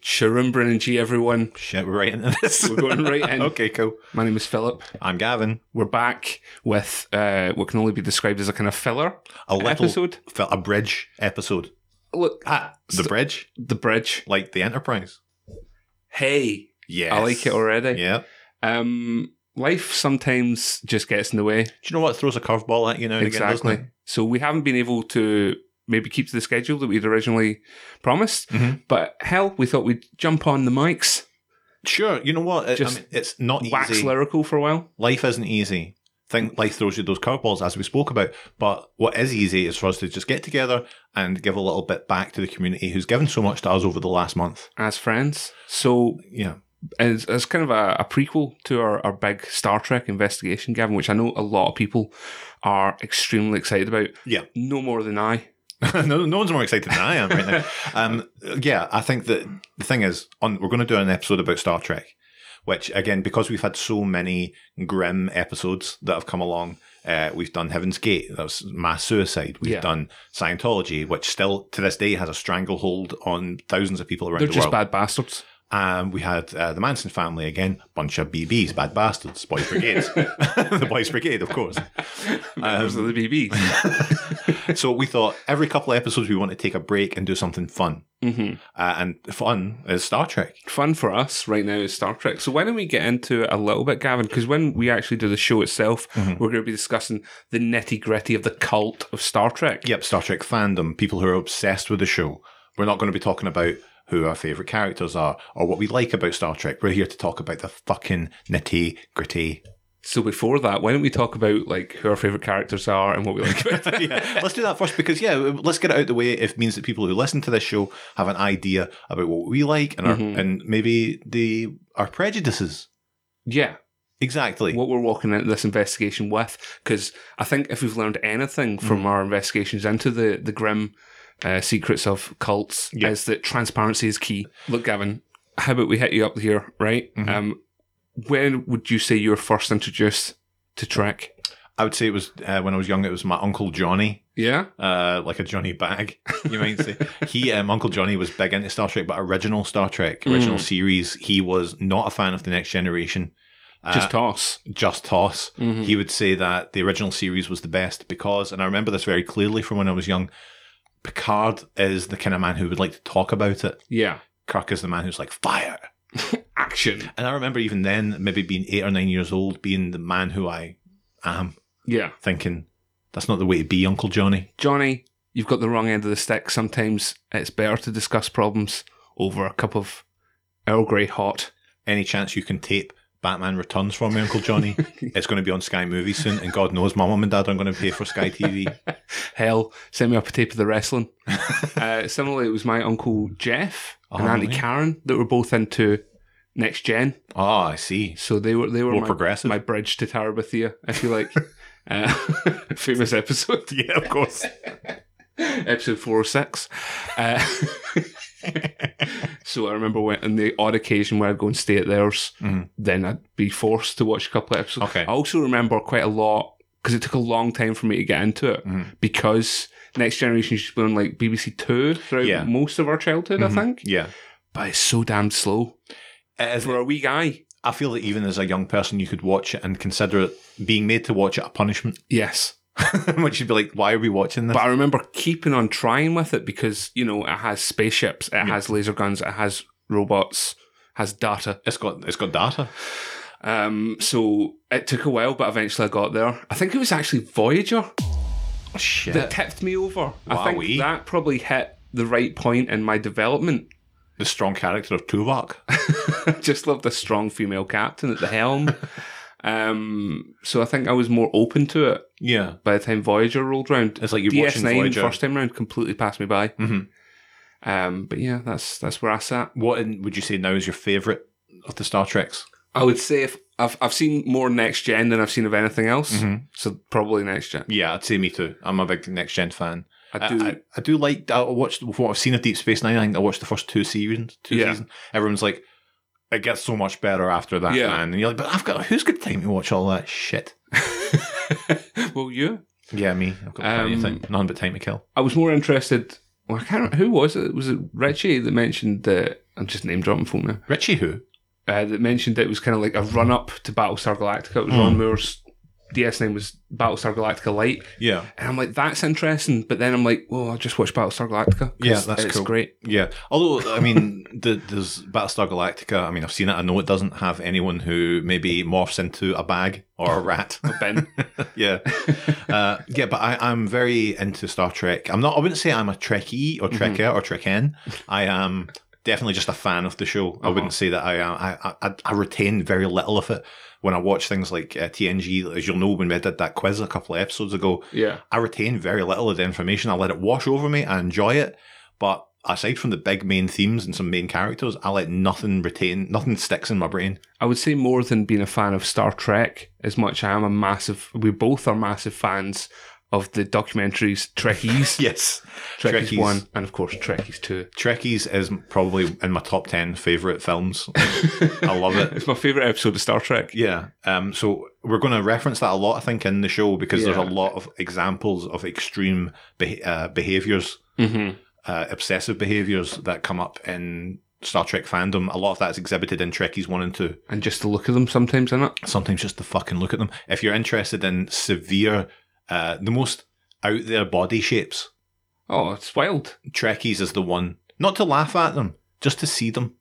Sharon Breningy, everyone. Shit, we're right into this. We're going right in. okay, cool. My name is Philip. I'm Gavin. We're back with uh, what can only be described as a kind of filler A little episode. fi- a bridge episode. Look, Ah, the So- bridge, the bridge. like the Enterprise. Hey, Yeah, I like it already. Yeah. Do Um, life sometimes just gets in the way. you know what throws a curveball at you now and exactly. again? So we haven't been able to maybe keep to the schedule that we'd originally promised. Mhm. But hell, we thought we'd jump on the mics, Doesn't it? Sure. You know what? It- Just I mean, it's not wax easy. lyrical for a while. Life isn't easy. Think life throws you those curveballs as we spoke about. But what is easy is for us to just get together and give a little bit back to the community who's given so much to us over the last month. as friends. So Yeah. it's, it's kind of a, a prequel to our, our big Star Trek investigation, Gavin, which I know a lot of people are extremely excited about. Yeah. No more than I. no, no one's more excited than I am right now. Um, yeah, I think that the thing is, on we're going to do an episode about Star Trek, which again, because we've had so many grim episodes that have come along, uh, we've done Heaven's Gate, that was mass suicide. We've Yeah. done Scientology, which still to this day has a stranglehold on thousands of people around They're the just world. bad bastards. Um, we had uh, the Manson family again, bunch of BBs, bad bastards, boys brigades, the boys brigade, of course. Members of Um, the BBs. so we thought every couple of episodes we want to take a break and do something fun. hmm Uh, and fun is Star Trek. Fun for us right now is Star Trek. So why don't we get into it a little bit, Gavin? Because when we actually do the show itself, Mm-hmm. we're going to be discussing the nitty gritty of the cult of Star Trek. Yep, Star Trek fandom, people who are obsessed with the show. We're not going to be talking about who our favourite characters are or what we like about Star Trek. We're here to talk about the fucking nitty gritty. So before that, why don't we talk about like who our favorite characters are and what we like about them? yeah, let's do that first because, yeah, let's get it out the way. It means that people who listen to this show have an idea about what we like and, Mhm. our, and maybe the our prejudices. Yeah. Exactly. what we're walking into this investigation with because I think if we've learned anything from our investigations into the the grim uh, secrets of cults Yeah. is that transparency is key. Look, Gavin, how about we hit you up here, right? Mhm. Um, when would you say you were first introduced to Trek? I would say it was uh, when I was young, it was my Uncle Johnny Yeah, uh, like a Johnny bag, you might say. he, um, Uncle Johnny, was big into Star Trek, but original Star Trek, original Mm. series. He was not a fan of the Next Generation. Uh, just toss. just toss. Mhm. He would say that the original series was the best because, and I remember this very clearly from when I was young. Picard is the kind of man who would like to talk about it. Yeah, Kirk is the man who's like fire. action. And I remember even then, maybe being eight or nine years old, being the man who I am, Yeah, thinking that's not the way to be, Uncle Johnny. Johnny, you've got the wrong end of the stick. Sometimes it's better to discuss problems over a cup of Earl Grey hot. any chance you can tape Batman Returns for me, Uncle Johnny? it's going to be on Sky Movies soon, and God knows my mum and dad aren't going to pay for Sky TV. Hell, send me up a tape of the wrestling. uh, similarly, it was my uncle Jeff and Oh, Auntie yeah. Karen that were both into next gen. Oh, I see. So they were they were More my, progressive. my bridge to Tarabathia, if you like. uh, famous episode, yeah, of course. episode four hundred six. Uh, so I remember when on the odd occasion where I'd go and stay at theirs, Mhm. then I'd be forced to watch a couple of episodes. Okay. I also remember quite a lot because it took a long time for me to get into it Mhm. because Next Generation used to be on like BBC Two throughout Yeah. most of our childhood, Mhm. I think. Yeah. But it's so damn slow As- for a wee guy. I feel that even as a young person, you could watch it and consider it being made to watch it a punishment, Yes, which you'd be like, why are we watching this? but I remember keeping on trying with it because you know it has spaceships, it has laser guns, it has robots, has data. it's got it's got data. Um, so it took a while, but eventually I got there. I think it was actually Voyager Shit. that tipped me over. I Wowee. think that probably hit the right point in my development. the strong character of Tuvok. just loved a strong female captain at the helm. um, so I think I was more open to it yeah. by the time Voyager rolled round. It's like you're watching DS9 Voyager. first time round completely passed me by. Mhm. Um, but yeah, that's that's where I sat. What in, would you say now is your favourite of the Star Treks? I would say if I've I've seen more next gen than I've seen of anything else. Mhm. So probably next gen. Yeah, I'd say me too. I'm a big next gen fan. I do. I, I do like I watched what I've seen of Deep Space Nine. I think I watched the first two seasons. Two Yeah. seasons. Everyone's like, it gets so much better after that, Yeah. man. And you're like, but I've got who's got time to watch all that shit? well, you. Yeah, me. I've got plenty of Um, time. None but time to kill. I was more interested. Well, I can't. Who was it? Was it Richie that mentioned that I'm just name dropping full now. Richie Who? Uh, that mentioned it was kind of like a run up to Battlestar Galactica. It was Ron Moore's DS name was Battlestar Galactica Light, Yeah. and I'm like, that's interesting. But then I'm like, well, I just watched Battlestar Galactica. 'cause Yeah, that's it's cool. great. Yeah. Although, I mean, the, there's Battlestar Galactica. I mean, I've seen it. I know it doesn't have anyone who maybe morphs into a bag or a rat. Ben, yeah. Uh, yeah, but I, I'm very into Star Trek. I'm not, I wouldn't say I'm a Trekkie or Trekker or Trekken. I am definitely just a fan of the show. I wouldn't say that I am. I, I, I retain very little of it. When I watch things like uh, TNG, as you'll know, when we did that quiz a couple of episodes ago, yeah, I retain very little of the information. I let it wash over me. I enjoy it, but aside from the big main themes and some main characters, I let nothing retain. Nothing sticks in my brain. I would say more than being a fan of Star Trek, as much I am a massive. We both are massive fans of the documentaries Trekkies, Yes, Trekkies, Trekkies. One, and of course Trekkies Two. Trekkies is probably in my top ten favorite films. I love it. It's my favorite episode of Star Trek. Yeah. Um. So we're going to reference that a lot, I think, in the show because Yeah. there's a lot of examples of extreme beh uh, behaviors, hmm uh, obsessive behaviors that come up in Star Trek fandom. A lot of that is exhibited in Trekkies One and Two. And just the look of them sometimes in it. sometimes just to fucking look at them. If you're interested in severe, uh, the most out there body shapes, Oh, it's wild. Trekkies is the one. Not to laugh at them, just to see them.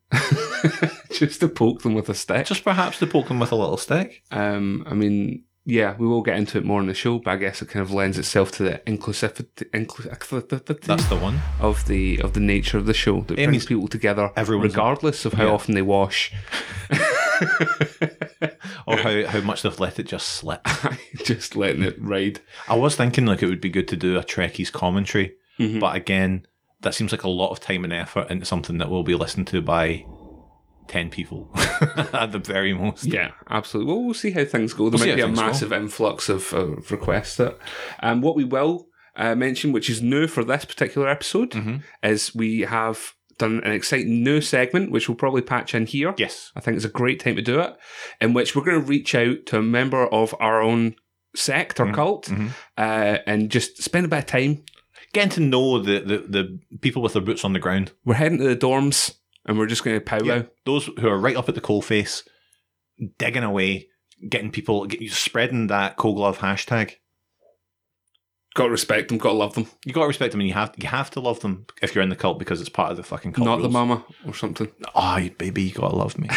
just to poke them with a stick. Just perhaps to poke them with a little stick. Um, I mean, yeah, we will get into it more in the show, but I guess it kind of lends itself to the inclusivity, inclusivity That's the one. of the of the nature of the show that brings Amy's- people together, everyone's- regardless of how yeah. often they wash. Or how, how much they've let it just slip. just letting it ride. I was thinking like it would be good to do a Trekkies commentary, Mhm. but again, that seems like a lot of time and effort into something that will be listened to by 10 people at the very most. Yeah, absolutely. Well, we'll see how things go. There We'll see might how be a things go. massive influx of uh, requests. That, um, what we will uh, mention, which is new for this particular episode, Mhm. is we have done an exciting new segment, which we'll probably patch in here. Yes. I think it's a great time to do it, in which we're going to reach out to a member of our own sect or cult mhm. uh, and just spend a bit of time. Getting to know the, the, the people with their boots on the ground. We're heading to the dorms and we're just going to powwow. Yeah, those who are right up at the coal face, digging away, getting people, get, spreading that coal glove hashtag. Got to respect them, got to love them. You got to respect them, and you have you have to love them if you're in the cult because it's part of the fucking cult. Not the rules. mama or something. Oh, you- baby, you gotta love me.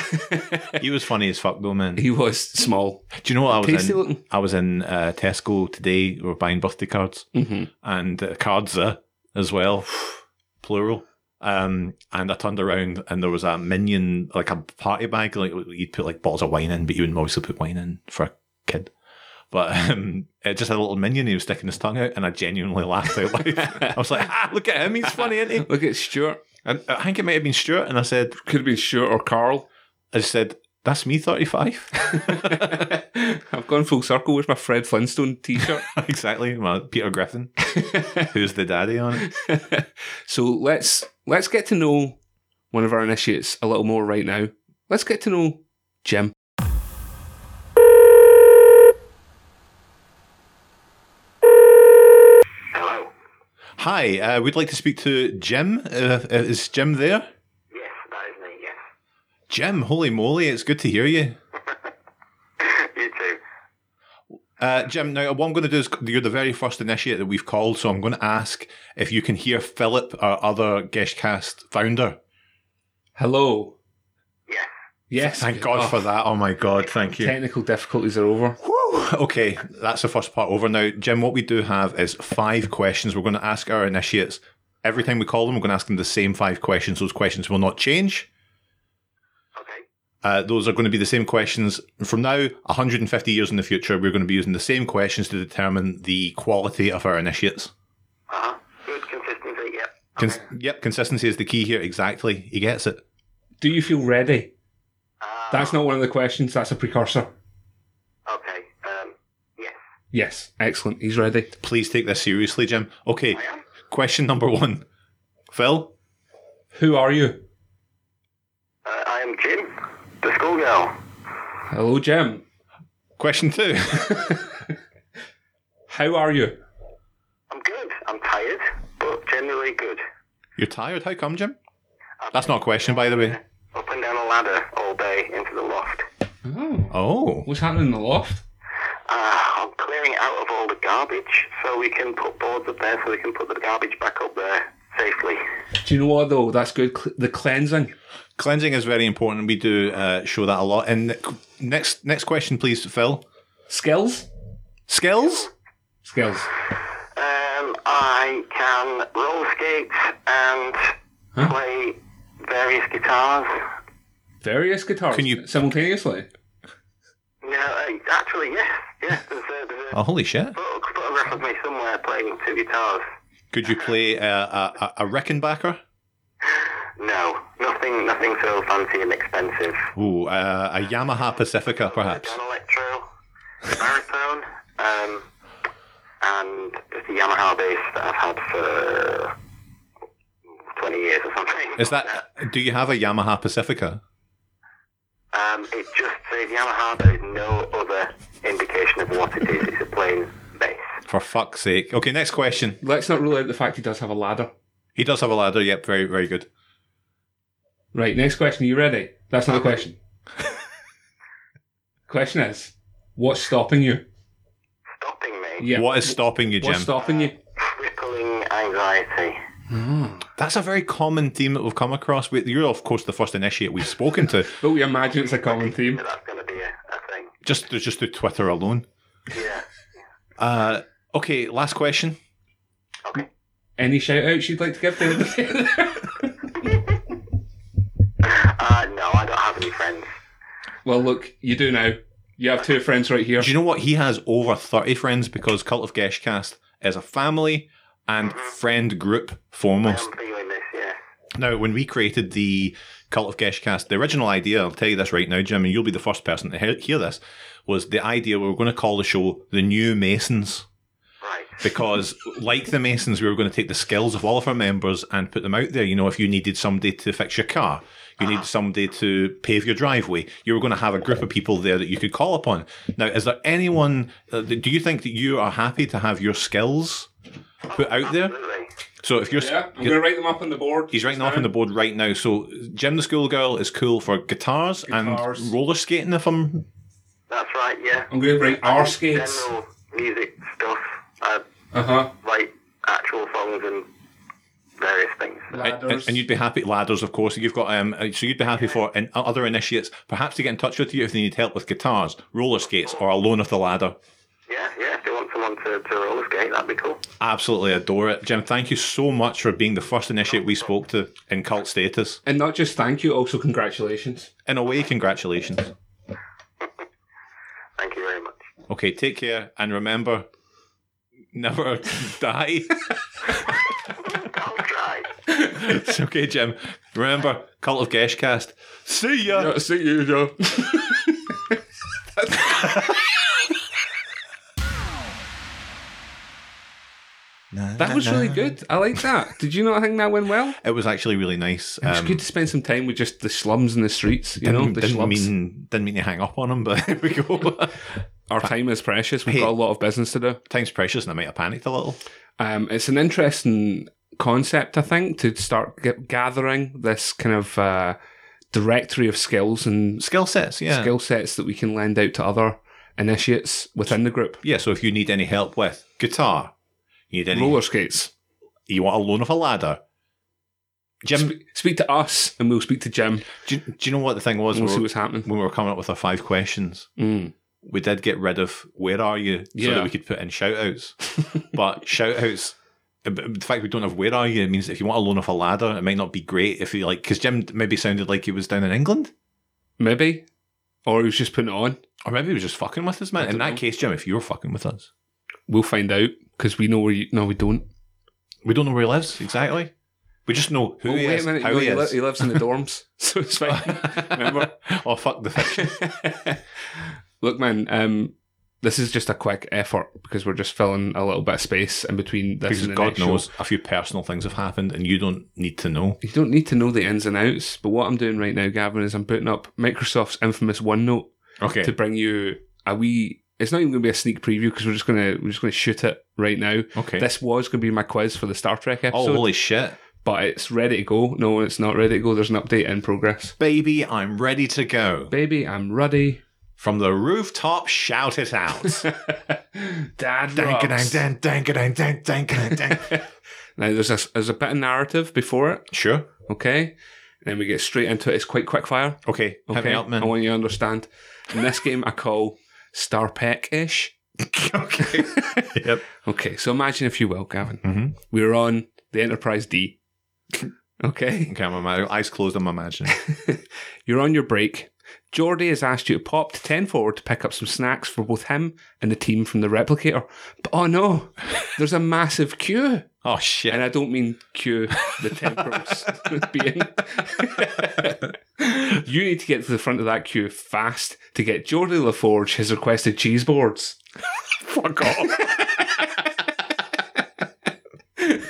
he was funny as fuck though, man. Do He was small, you know what I was tasty in? looking. I was in uh, Tesco today. We were buying birthday cards Mm-hmm. and uh, cards uh, as well, plural. Um, and I turned around and there was a minion, like a party bag, like you'd put like bottles of wine in, but you wouldn't obviously put wine in for a kid. But um, it just had a little minion. He was sticking his tongue out, and I genuinely laughed out loud. I was like, ah, "Look at him! He's funny, isn't he?" Look at Stuart. And I think it might have been Stuart. And I said, Could have been Stuart or Carl. "I just said that's me, thirty-five, I've gone full circle with my Fred Flintstone t-shirt. exactly." My Peter Griffin, who's the daddy on it? so let's let's get to know one of our initiates a little more right now. Let's get to know Jim. Hello. Hi, uh, we'd like to speak to Jim. Uh, is Jim there? Yes, that is me. Yes. Jim, holy moly, it's good to hear you. you too. Uh, Jim, now what I'm going to do is you're the very first initiate that we've called, so I'm going to ask if you can hear Philip, our other Geshcast founder. Hello. Yes. Yes. Thank God Oh, for that. Oh my God, thank you. Technical difficulties are over. Whew. Okay, that's the first part over. Now, Jim, what we do have is five questions. We're going to ask our initiates every time we call them. We're going to ask them the same five questions. Those questions will not change. Okay. Uh, those are going to be the same questions from now. 150 years in the future, we're going to be using the same questions to determine the quality of our initiates. Uh huh. Good consistency. Yep. Cons- Yep, consistency is the key here. Exactly, he gets it. Do you feel ready? Uh, That's not one of the questions. That's a precursor. okay. Um. Yes. Yes. Excellent. He's ready. Please take this seriously, Jim. Okay, I am. question number one. Phil, Who are you? Uh, I am Jim, the schoolgirl. Hello, Jim. question two. How are you? I'm good. I'm tired, but generally good. You're tired. How come, Jim? That's not a question, by the way. Up and down a ladder all day into the loft. Oh. Oh, What's happening in the loft? Uh, I'm clearing out of all the garbage so we can put boards up there so we can put the garbage back up there safely. Do you know what though? That's good. Cl- the cleansing. cleansing is very important. We do uh, show that a lot. And ne- next, next question, please, Phil. Skills? Skills? Skills. Um, I can roll skate and play various guitars. Various guitars. Can you- simultaneously? No, uh, actually, yes, yes. There's a, there's a Oh, holy shit! photo- photograph of me somewhere playing two guitars. Could you play a a, a, a Rickenbacker? No, nothing, nothing so fancy and expensive. Ooh, uh, a Yamaha Pacifica, perhaps. Don Electro, Baritone, um, and it's a Yamaha bass that I've had for 20 years or something. Is that? Do you have a Yamaha Pacifica? Um, it just says Yamaha. There is no other indication of what it is. It's a plain bass. For fuck's sake! Okay, next question. Let's not rule out the fact he does have a ladder. He does have a ladder. Yep, very, very good. Right, next question. Are you ready? That's not a question. question is, what's stopping you? Stopping me. Yeah. What is stopping you, Jim? What's stopping you? Crippling anxiety. That's a very common theme that we've come across. We- You're, of course, the first initiate we've spoken to. But we imagine it's a common theme. So that's going to be a, a thing. Just, just through Twitter alone. Yeah. Uh, okay, last question. Okay. Any shout outs you'd like to give to Uh, no, I don't have any friends. Well, look, you do now. You have two friends right here. Do you know what? He has over 30 friends because Cult of Geshcast is a family and friend group foremost. I'm feeling this, yeah. Now, when we created the Cult of Geshcast, the original idea, I'll tell you this right now, Jim, and you'll be the first person to he- hear this, was the idea we were going to call the show The New Masons. Right. Because, like the Masons, we were going to take the skills of all of our members and put them out there. You know, if you needed somebody to fix your car, you Ah. needed somebody to pave your driveway, you were going to have a group of people there that you could call upon. Now, is there anyone, uh, do you think that you are happy to have your skills put out there? Absolutely. So, if you're. Yeah, I'm going to write them up on the board. He's writing off on the board right now. So Jim the Schoolgirl is cool for guitars, Guitars. and roller skating. If I'm That's right, yeah. I'm going to write R skates. General music stuff. I Uh huh. write actual songs and various things. and, and you'd be happy ladders, of course. You've got um, so you'd be happy for and other initiates perhaps to get in touch with you if they need help with guitars, roller skates, or alone off the ladder. Yeah, yeah. If you want someone to, to roller skate, that'd be cool. Absolutely adore it, Jim. Thank you so much for being the first initiate we spoke to in cult status. And not just thank you, also congratulations. In a way, congratulations. Thank you very much. Okay, take care and remember, never die. I'll try. it's okay, Jim. Remember, Cult of Geshcast. See ya. see you, Joe. That was really good. I like that. Did you not think that went well? It was actually really nice. Um, It's good to spend some time with just the slums and the streets, you know, didn't, the didn't slums. mean didn't mean to hang up on him, but here we go. Our time is precious. We've Hey. got a lot of business to do. Time's precious, and I might have panicked a little. Um, it's an interesting concept, I think, to start g- gathering this kind of uh, directory of skills and Skill sets, yeah, skill sets that we can lend out to other initiates within the group. yeah. So if you need any help with guitar, you need any, Roller skates. you want a loan of a ladder. Jim, Sp- speak to us, and we'll speak to Jim. do, you- do you know what the thing was? We'll We see were- what's happening. when we were coming up with our five questions, Mm. we did get rid of where are you so Yeah. that we could put in shout outs. but shout outs, the fact we don't have where are you means if you want a loan off a ladder, it might not be great if you like, because Jim maybe sounded like he was down in England. Maybe. Or he was just putting it on. Or maybe he was just fucking with us, I man. don't In that know. case, Jim, if you were fucking with us, We'll find out because we know where you. No, we don't. we don't know where he lives exactly. We just know who Oh, he wait is, a minute. how no, he he, li- is. he lives in the dorms, so it's fine. Remember? oh, fuck the fiction. Look, man, um, this is just a quick effort because we're just filling a little bit of space in between this Because and the God next knows show. a few personal things have happened and you don't need to know. You don't need to know the ins and outs, but what I'm doing right now, Gavin, is I'm putting up Microsoft's infamous OneNote Okay. to bring you a wee. It's not even going to be a sneak preview because we're just gonna we're just gonna shoot it right now. okay. This was going to be my quiz for the Star Trek oh, episode, holy shit. but it's ready to go. No, it's not ready to go. There's an update in progress. Baby, I'm ready to go. Baby, I'm ready. From the rooftop, shout it out. Dad Dank, rocks. dang, dang, dang, dang, dang, dang, dang. Now there's a there's a bit of narrative before it, Sure. okay, and then we get straight into it. It's quite quick fire. Okay. Help Okay, me out, I man. want you to understand. In this game, I call Star Peck ish. okay. yep. Okay, so imagine if you will, Gavin, Mhm. we're on the Enterprise D. Okay, Okay, I'm ima- eyes closed. I'm imagining. you're on your break. Jordy has asked you to pop to 10 forward to pick up some snacks for both him and the team from the replicator. But oh no, there's a massive queue. Oh shit. And I don't mean queue the temperance being. you need to get to the front of that queue fast to get Jordy LaForge his requested cheese boards. Fuck off.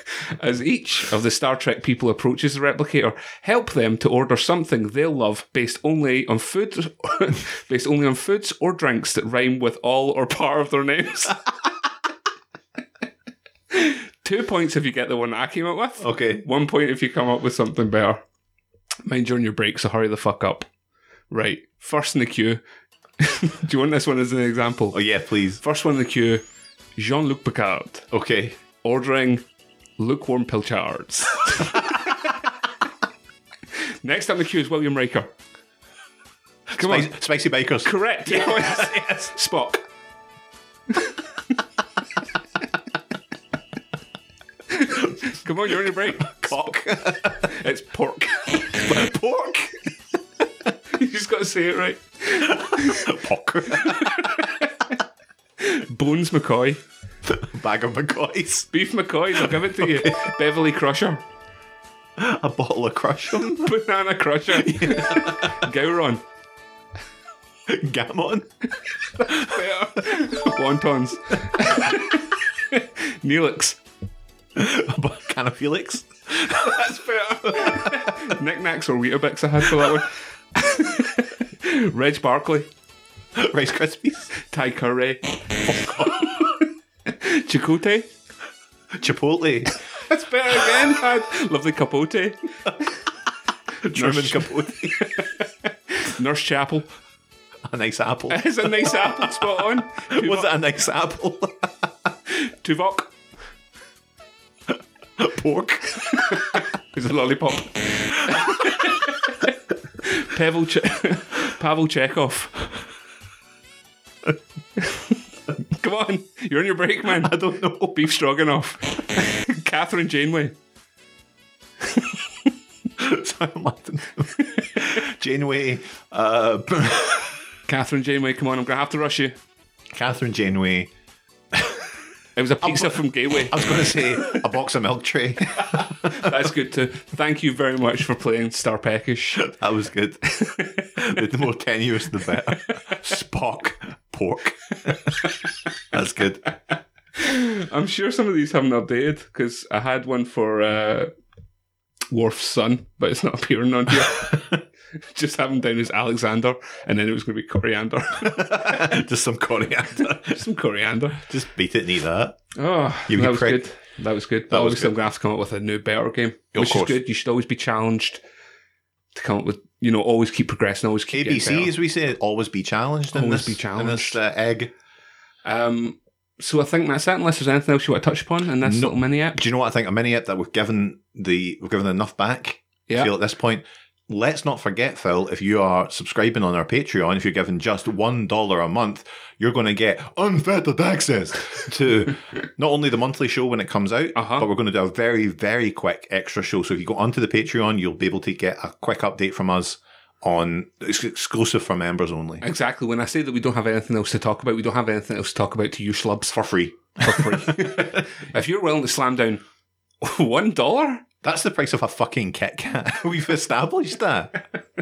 As each of the Star Trek people approaches the replicator, help them to order something they'll love based only on food based only on foods or drinks that rhyme with all or part of their names. Two points if you get the one that I came up with. okay. One point if you come up with something better. Mind you're on your break, so hurry the fuck up. Right. First in the queue. Do you want this one as an example? Oh yeah, please. First one in the queue, Jean Luc Picard Okay. ordering lukewarm pilchards. Next up in the queue is William Riker. Come on. Spicy, spicy bakers. Correct. yes. Spock. Come on, you're on your break. Cock. It's pork. Pork. you just got to say it right. Pork. Bones McCoy. Bag of McCoys. Beef McCoy, they'll give it to you. Beverly Crusher. A bottle of Crush 'em. Banana Crusher. Gowron. Gammon. Wontons. Neelix. A bu- can of Felix. That's better. Knickknacks or Weetabix I had for that one. Reg Barkley, Rice Krispies. Ty Curry, Chicote. Chipotle. That's better again. Had lovely capote, Truman Capote. Nurse Chapel. A nice apple. It's a nice apple, spot on. Was it a nice apple? Tuvok Pork. is a lollipop. Pavel, che- Pavel Chekhov. Come on, you're on your break, man. I don't know. Beef Stroganoff. Catherine Janeway. Sorry, I'm laughing. Janeway. Uh, Catherine Janeway, come on, I'm going to have to rush you. Catherine Janeway. It was a pizza from Gateway. I was going to say a box of milk tray. That's good too. Thank you very much for playing Star Peckish. That was good. the more tenuous, the better. Spock. Pork. That's good. I'm sure some of these haven't updated because I had one for uh, Worf's son, but it's not appearing on here. Just have him down as Alexander, and then it was going to be coriander. Just some coriander. Some coriander. Just beat it and eat that. Oh, You that was prick. good. That was good. But That was obviously, I'm going to have to come up with a new, better game, which is course. good. You should always be challenged to come up with, you know, always keep progressing, always keep getting ABC, better. as we say, always be challenged. In this, Always be In this challenged. uh, egg. Um, so I think that's it. Unless there's anything else you want to touch upon in this No. little mini app. Do you know what I think? A minute that we've given the we've given enough back. Yeah. I feel at this point. Let's not forget, Phil, if you are subscribing on our Patreon, if you're giving just one dollar a month, you're going to get unfettered access to not only the monthly show when it comes out, Uh-huh. but we're going to do a very, very quick extra show. So if you go onto the Patreon, you'll be able to get a quick update from us on it's exclusive for members only Exactly. When I say that we don't have anything else to talk about, we don't have anything else to talk about to you schlubs for free. for free. if you're willing to slam down one dollar, That's the price of a fucking Kit Kat. We've established that.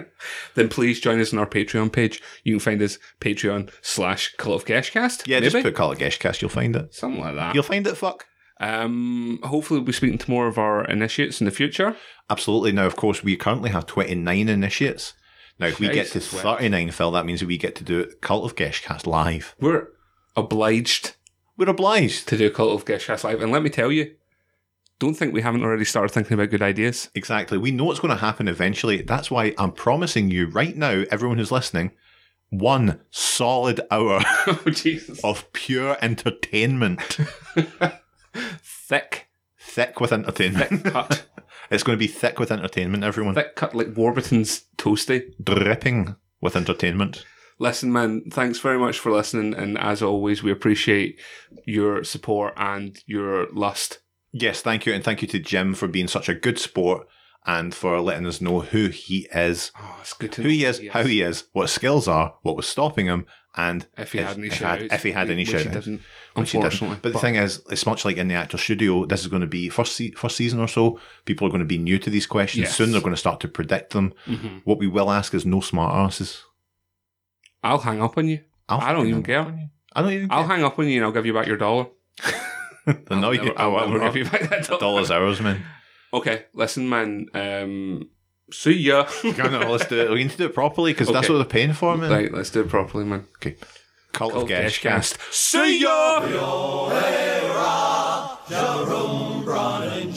then please join us on our Patreon page. You can find us Patreon slash Call of Geshcast. Yeah, maybe just put Call It Geshcast, you'll find it. something like that. You'll find it, fuck. Um, hopefully, we'll be speaking to more of our initiates in the future. Absolutely. Now, of course, we currently have 29 initiates. Now, if we get to Jesus, wow. 39, Phil, that means we get to do Cult of Geshcast live. We're obliged We're obliged. to do Cult of Geshcast live, and let me tell you, don't think we haven't already started thinking about good ideas. Exactly. We know what's going to happen eventually. That's why I'm promising you right now, everyone who's listening, one solid hour oh, Jesus. of pure entertainment, Thick, thick with entertainment. thick cut. It's going to be thick with entertainment, everyone. thick cut like Warburton's toasty. Dripping with entertainment. Listen, man, thanks very much for listening. And as always, we appreciate your support and your lust. Yes, thank you. And thank you to Jim for being such a good sport and for letting us know who he is, Oh, it's good to who know he is, Yes. how he is, what his skills are, what was stopping him, and If he if- had any if he shout had- if he had any which he shout-outs. didn't, which he didn't. unfortunately. But the thing is, it's much like in the actual studio. This is going to be first se- first season or so. People are going to be new to these questions. Yes. Soon they're going to start to predict them. Mhm. What we will ask is no smart asses. I'll hang up on you. I'll I don't fucking hang even up care. on you. I don't even. I'll care. hang up on you and I'll give you back your dollar. I know I'll you. never- I'll- I'll I'll never not. give you back that dollar. Dollars hours, man. Okay, listen, man. Um, see ya. No, no, let's do it. We need to do it properly because that's Okay. what they're paying for, man. Right, let's do it properly, man. Okay. Cult, Cult of Geshcast. See ya. Jerome Browning.